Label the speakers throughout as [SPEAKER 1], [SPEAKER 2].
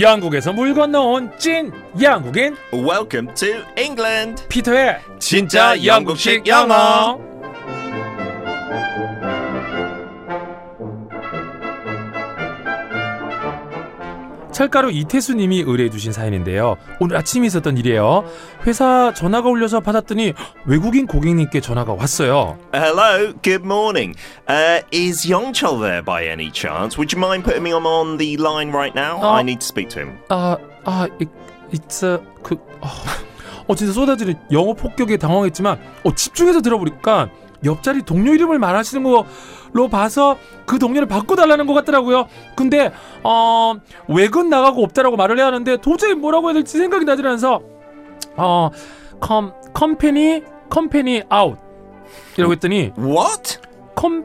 [SPEAKER 1] 영국에서 물 건너온 찐 영국인
[SPEAKER 2] Welcome to England.
[SPEAKER 1] 피터의
[SPEAKER 2] 진짜 영국식 영어.
[SPEAKER 1] 철가루 이태수님이 의뢰해주신 사연인데요. 오늘 아침에 있었던 일이에요. 회사 전화가 울려서 받았더니 외국인 고객님께 전화가 왔어요.
[SPEAKER 2] Hello, good morning. Uh, is Yongchul there by any chance? Would you mind putting me on- on the line right now?
[SPEAKER 1] Oh.
[SPEAKER 2] I need to speak to him.
[SPEAKER 1] 아, 아, 이, it's 그, 어, 어, 진짜 쏟아지는 영어 폭격에 당황했지만, 어, 집중해서 들어보니까 옆자리 동료 이름을 말하시는 거로 봐서 그 동료를 바꿔달라는 것 같더라고요. 근데 어, 외근 나가고 없다라고 말을 해야 하는데 도저히 뭐라고 해야 될지 생각이 나질 않아서 어, 컴 컴퍼니 컴퍼니 아웃 이라고 했더니
[SPEAKER 2] What?
[SPEAKER 1] 컴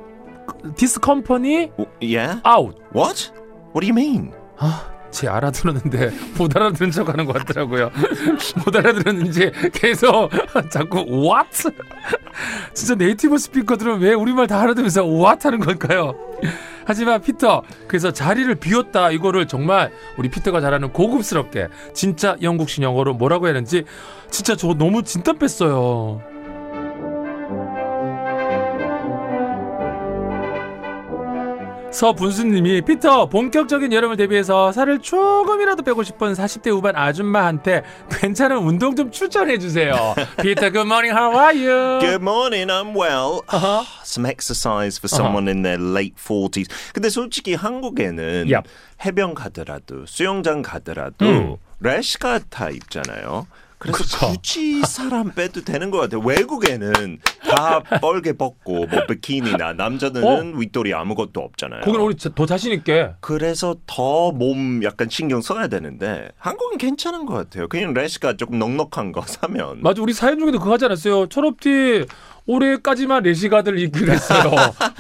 [SPEAKER 1] 디스 컴퍼니
[SPEAKER 2] W- yeah?
[SPEAKER 1] 아웃
[SPEAKER 2] What? What do you mean?
[SPEAKER 1] 아, 제 알아들었는데 못 알아들은 척 하는 것 같더라고요. 못 알아들었는지 계속 자꾸 what? 진짜 네이티브 스피커들은 왜 우리말 다 알아들으면서 what 하는 걸까요? 하지만 피터 그래서 자리를 비웠다 이거를 정말 우리 피터가 잘하는 고급스럽게 진짜 영국식 영어로 뭐라고 해야 하는지 진짜 저 너무 진땀 뺐어요. 서분수님이 피터 본격적인 여름을 대비해서 살을 조금이라도 빼고 싶은 40대 후반 아줌마한테 괜찮은 운동 좀 추천해 주세요. 피터 good morning how are you?
[SPEAKER 2] Good morning, I'm well. Ah,
[SPEAKER 1] Uh-huh.
[SPEAKER 2] Some exercise for someone in their late 40s. 근데 솔직히 한국에는
[SPEAKER 1] Yep.
[SPEAKER 2] 해변 가더라도 수영장 가더라도
[SPEAKER 1] 음.
[SPEAKER 2] 래시가 다 입잖아요. 그래서
[SPEAKER 1] 그쵸.
[SPEAKER 2] 굳이 사람 빼도 되는 것 같아요. 외국에는 다 뻘게 벗고 뭐 비키니나 남자들은 윗돌이 아무것도 없잖아요.
[SPEAKER 1] 어. 거기는 우리 자- 더 자신 있게
[SPEAKER 2] 그래서 더 몸 약간 신경 써야 되는데 한국은 괜찮은 것 같아요. 그냥 래시가 조금 넉넉한 거 사면
[SPEAKER 1] 맞아 우리 사연 중에도 그거 하지 않았어요 철없지 올해까지만 레시가드를 입기로 했어요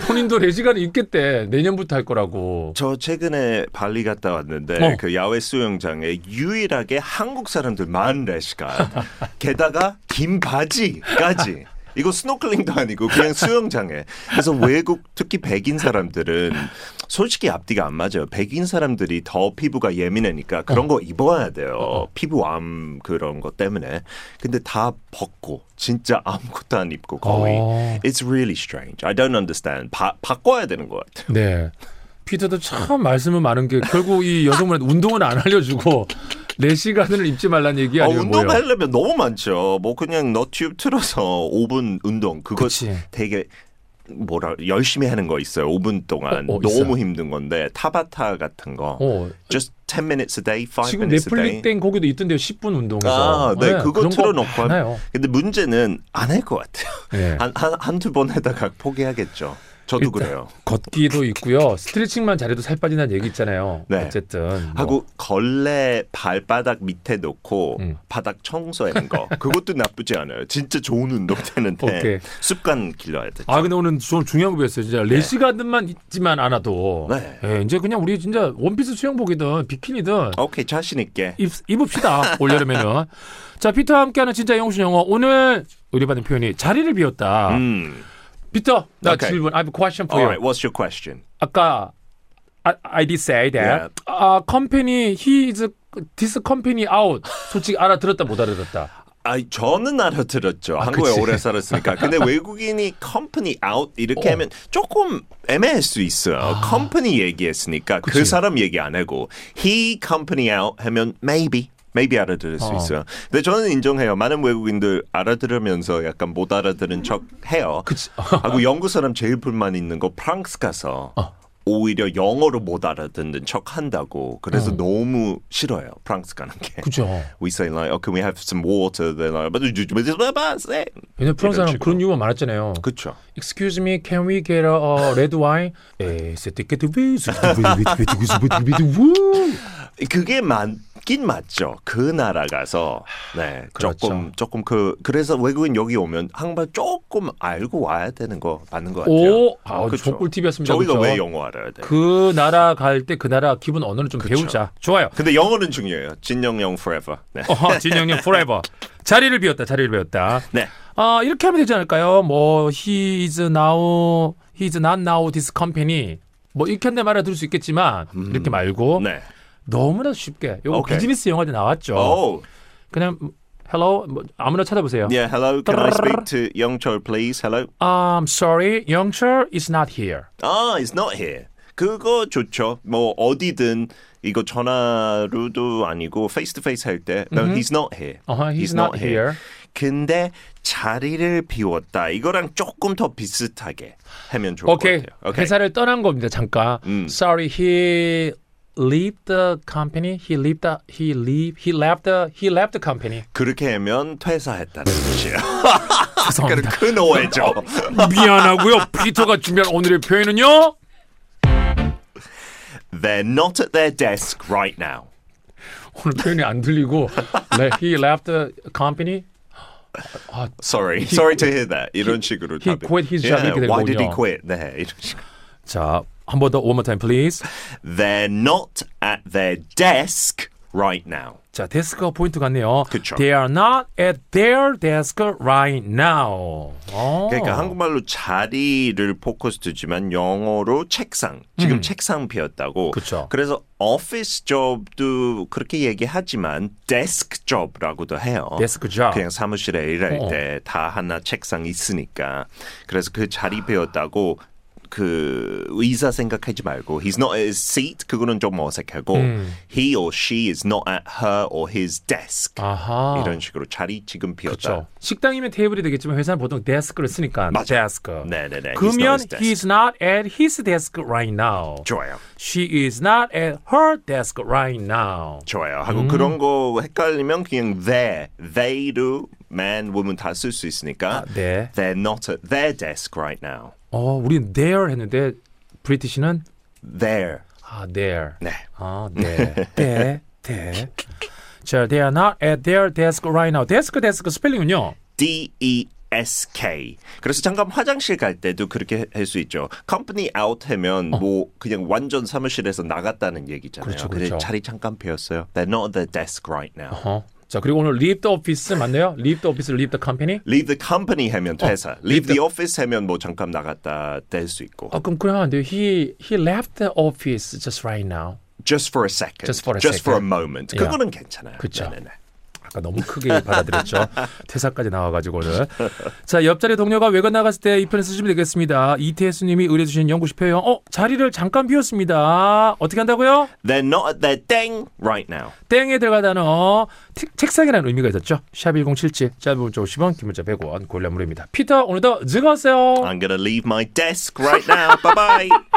[SPEAKER 1] 본인도 레시가드 입겠대 내년부터 할 거라고
[SPEAKER 2] 저 최근에 발리 갔다 왔는데
[SPEAKER 1] 어.
[SPEAKER 2] 그 야외 수영장에 유일하게 한국 사람들만 레시가 게다가 긴 바지까지 이거 스노클링도 아니고 그냥 수영장에 그래서 외국 특히 백인 사람들은 솔직히 앞뒤가 안 맞아요 백인 사람들이 더 피부가 예민하니까 그런 거 입어야 돼요 피부암 그런 것 때문에 근데 다 벗고 진짜 아무것도 안 입고 거의
[SPEAKER 1] 어.
[SPEAKER 2] It's really strange I don't understand 바, 바꿔야 되는 것 같아요
[SPEAKER 1] 네 피터도 참 말씀은 많은 게 결국 이 여성분한테 운동은 안 알려주고 레시가드를 입지 말란 얘기
[SPEAKER 2] 아,
[SPEAKER 1] 아니에요 뭐예요
[SPEAKER 2] 운동하려면 너무 많죠. 뭐 그냥 너튜브 틀어서 5분 운동 그거
[SPEAKER 1] 그치.
[SPEAKER 2] 되게 뭐라 열심히 하는 거 있어요. 5분 동안
[SPEAKER 1] 어, 어, 있어요.
[SPEAKER 2] 너무 힘든 건데 타바타 같은 거
[SPEAKER 1] 어,
[SPEAKER 2] just 10 minutes a day, 5
[SPEAKER 1] 지금
[SPEAKER 2] minutes a
[SPEAKER 1] 넷플릭
[SPEAKER 2] day.
[SPEAKER 1] 땡 거기도 있던데요 10분 운동에서
[SPEAKER 2] 아, 네, 그거
[SPEAKER 1] 그런 거
[SPEAKER 2] 틀어놓고 하면-
[SPEAKER 1] 많아요.
[SPEAKER 2] 근데 문제는 안 할 것 같아요.
[SPEAKER 1] 네.
[SPEAKER 2] 한한한두번 하다가 포기하겠죠. 저도
[SPEAKER 1] 일단 뭐.
[SPEAKER 2] 그래요.
[SPEAKER 1] 걷기도 있고요 스트레칭만 잘해도 살 빠진다는 얘기 있잖아요
[SPEAKER 2] 네.
[SPEAKER 1] 어쨌든 뭐.
[SPEAKER 2] 하고 걸레 발바닥 밑에 놓고
[SPEAKER 1] 음.
[SPEAKER 2] 바닥 청소하는 거 그것도 나쁘지 않아요. 진짜 좋은 운동 되는데
[SPEAKER 1] 오케이.
[SPEAKER 2] 습관 길러야 돼.
[SPEAKER 1] 아 근데 오늘 좀 중요한 거 배웠어요. 진짜 레시가드만 있지만 않아도
[SPEAKER 2] 네.
[SPEAKER 1] 예, 이제 그냥 우리 진짜 원피스 수영복이든 비키니든
[SPEAKER 2] 오케이 자신 있게.
[SPEAKER 1] 입, 입읍시다 올여름에는. 자 피터와 함께하는 진짜 영신 영어 오늘 의뢰받은 표현이 자리를 비웠다.
[SPEAKER 2] 음. 어.
[SPEAKER 1] 피터 나
[SPEAKER 2] Okay.
[SPEAKER 1] 질문. I have a question for
[SPEAKER 2] All
[SPEAKER 1] you.
[SPEAKER 2] right, what's your question?
[SPEAKER 1] 아까 I, I did say that.
[SPEAKER 2] Yeah.
[SPEAKER 1] 아 company he is this company out. 솔직히 알아들었다 못 알아들었다.
[SPEAKER 2] 아, 저는 알아들었죠. 한국에
[SPEAKER 1] 그치.
[SPEAKER 2] 오래 살았으니까. 근데 외국인이 company out 이렇게
[SPEAKER 1] 어.
[SPEAKER 2] 하면 조금 애매할 수 있어요. company 얘기했으니까 아. 그
[SPEAKER 1] 그치.
[SPEAKER 2] 사람 얘기 안 하고 he company out 하면 maybe maybe 알아들을 수
[SPEAKER 1] 어.
[SPEAKER 2] 있어요. 근데 저는 인정해요. 많은 외국인들 알아들으면서 약간 못 알아들은 척 해요.
[SPEAKER 1] 그치.
[SPEAKER 2] 하고 영국 사람 제일 불만 있는 거 프랑스 가서 오히려 영어로 못 알아듣는 척 한다고. 그래서 너무 싫어요. 프랑스 가는 게.
[SPEAKER 1] 그죠.
[SPEAKER 2] We say like, oh, can we have some water? They're like,
[SPEAKER 1] 왜냐면 프랑스 사람
[SPEAKER 2] 식으로.
[SPEAKER 1] 그런 유머 많았잖아요.
[SPEAKER 2] 그렇죠.
[SPEAKER 1] Excuse me, can we get a, uh, red wine?
[SPEAKER 2] 예,
[SPEAKER 1] 에, c'était que du vin, c'était du vin, du vin, du vin, du vin, du vin, du vin.
[SPEAKER 2] 그게 맞긴 맞죠. 그 나라 가서 네
[SPEAKER 1] 그렇죠.
[SPEAKER 2] 조금 조금 그 그래서 외국인 여기 오면 한발 조금 알고 와야 되는 거 맞는 것 같아요.
[SPEAKER 1] 오, 아,
[SPEAKER 2] 그쵸.
[SPEAKER 1] 좋은 꿀팁이었습니다.
[SPEAKER 2] 저희가
[SPEAKER 1] 그쵸?
[SPEAKER 2] 왜 영어 알아야 돼? 요
[SPEAKER 1] 그 나라 갈 때 그 나라 기본 언어를 좀 배우자. 좋아요. 어,
[SPEAKER 2] 근데 영어는 중요해요. 진영 영 forever. 네.
[SPEAKER 1] 어허, 진영님 forever. 자리를 비웠다, 자리를 비웠다.
[SPEAKER 2] 네.
[SPEAKER 1] 아 이렇게 하면 되지 않을까요? 뭐 he is now, he is not now this company. 뭐 이렇게 한데 말아 들을 수 있겠지만
[SPEAKER 2] 음.
[SPEAKER 1] 이렇게 말고
[SPEAKER 2] 네.
[SPEAKER 1] 너무나 쉽게 요거
[SPEAKER 2] 오케이.
[SPEAKER 1] 비즈니스 영화에 나왔죠.
[SPEAKER 2] Oh.
[SPEAKER 1] 그냥 hello 뭐 아무나 찾아보세요.
[SPEAKER 2] Yeah. Hello. Can I speak to Youngchul, please? Hello.
[SPEAKER 1] I'm sorry, 영철 is not here.
[SPEAKER 2] 아, it's not here. 그거 좋죠. 뭐 어디든 이거 전화로도 아니고 face to face 할 때. No, he's not here.
[SPEAKER 1] 어허, he's not here.
[SPEAKER 2] 근데 자리를 비웠다. 이거랑 조금 더 비슷하게 하면 좋을
[SPEAKER 1] 오케이.
[SPEAKER 2] 것 같아요. 오케이.
[SPEAKER 1] 회사를 떠난 겁니다. 잠깐.
[SPEAKER 2] 음.
[SPEAKER 1] Sorry, he left the company. He left the he leave he left the he left the company.
[SPEAKER 2] 그렇게 하면 퇴사했다는 뜻이에요. 아,
[SPEAKER 1] 죄송합니다.
[SPEAKER 2] 큰 오해죠.
[SPEAKER 1] 미안하고요. 피터가 준비한 오늘의 표현은요.
[SPEAKER 2] They're not at their desk right now.
[SPEAKER 1] 오늘 표현이 안 들리고 네, he left the company. 아,
[SPEAKER 2] Sorry. Sorry to hear that. 이런 식으로
[SPEAKER 1] he
[SPEAKER 2] 답해.
[SPEAKER 1] quit his job
[SPEAKER 2] yeah,
[SPEAKER 1] 이렇게
[SPEAKER 2] Why did he
[SPEAKER 1] 되는군요.
[SPEAKER 2] quit? 네. 이런 식으로.
[SPEAKER 1] 자, 한 번 더 one more time please.
[SPEAKER 2] They're not at their desk right now.
[SPEAKER 1] 자, 데스크가 포인트 같네요.
[SPEAKER 2] 그쵸.
[SPEAKER 1] They are not at their desk right now. 어.
[SPEAKER 2] 그러니까 한국말로 자리를 포커스 두지만 영어로 책상. 지금 책상 비었다고.
[SPEAKER 1] 음. 그쵸.
[SPEAKER 2] 그래서 office job도 그렇게 얘기하지만 desk job라고도 해요.
[SPEAKER 1] 데스크 job.
[SPEAKER 2] 그냥 사무실에 일할
[SPEAKER 1] 어.
[SPEAKER 2] 때 다 하나 책상 있으니까. 그래서 그 자리 비었다고 그 의사 생각하지 말고 he's not at his seat 그거는 좀 어색하고
[SPEAKER 1] 음.
[SPEAKER 2] he or she is not at her or his desk
[SPEAKER 1] 아하.
[SPEAKER 2] 이런 식으로 자리 지금 비었다.
[SPEAKER 1] 어. 그렇죠. 식당이면 테이블이 되겠지만 회사는 보통 데스크를 쓰니까
[SPEAKER 2] 맞아.
[SPEAKER 1] 데스크.
[SPEAKER 2] 네네네.
[SPEAKER 1] 그러면
[SPEAKER 2] He's not at
[SPEAKER 1] he is not at
[SPEAKER 2] his desk.
[SPEAKER 1] his desk right now.
[SPEAKER 2] 좋아요.
[SPEAKER 1] She is not at her desk right now.
[SPEAKER 2] 좋아요. 하고
[SPEAKER 1] 음.
[SPEAKER 2] 그런 거 헷갈리면 그냥 they, they도 man, woman 다 쓸 수 있으니까
[SPEAKER 1] 네.
[SPEAKER 2] they're not at their desk right now.
[SPEAKER 1] 어, 우린 there 했는데 브리티시는
[SPEAKER 2] They're.
[SPEAKER 1] 아, there.
[SPEAKER 2] 네.
[SPEAKER 1] 아, 네. 네. 네. 자, they are not at their desk right now. 데스크 데스크 스펠링은요.
[SPEAKER 2] D E S K. 그래서 잠깐 화장실 갈 때도 그렇게 할 수 있죠. company out 하면 뭐 그냥 완전 사무실에서 나갔다는 얘기잖아요.
[SPEAKER 1] 어. 그렇죠,
[SPEAKER 2] 근데
[SPEAKER 1] 그렇죠.
[SPEAKER 2] 자리 잠깐 비었어요. They're not at their desk right now.
[SPEAKER 1] 어. 자, 그리고 오늘 leave the office 맞나요? leave the office, leave the company?
[SPEAKER 2] Leave the company 하면 퇴사. leave the office 하면 뭐 잠깐 나갔다 될 수 있고.
[SPEAKER 1] 아, 그럼 그냥 안 돼요. He he left the office just right now.
[SPEAKER 2] Just for a second.
[SPEAKER 1] Just for a
[SPEAKER 2] just for a
[SPEAKER 1] second.
[SPEAKER 2] moment.
[SPEAKER 1] Yeah.
[SPEAKER 2] 그거는 괜찮아요.
[SPEAKER 1] 그쵸.
[SPEAKER 2] 네네네.
[SPEAKER 1] 아까 너무 크게 받아들였죠. 퇴사까지 나와가지고는. 자, 옆자리 동료가 외근 나갔을 때 이 편을 쓰시면 되겠습니다. 이태수님이 의뢰주신 연구시 표현. 어, 자리를 잠깐 비웠습니다. 어떻게 한다고요?
[SPEAKER 2] They're not at their thing right now.
[SPEAKER 1] 땡에 들어가 단어 책- 책상이라는 의미가 있었죠. 샵 1077, 짧은 문자 50원, 긴 문자 100원, 골라 무료입니다. 피터, 오늘도 즐거웠어요.
[SPEAKER 2] I'm gonna leave my desk right now. bye bye.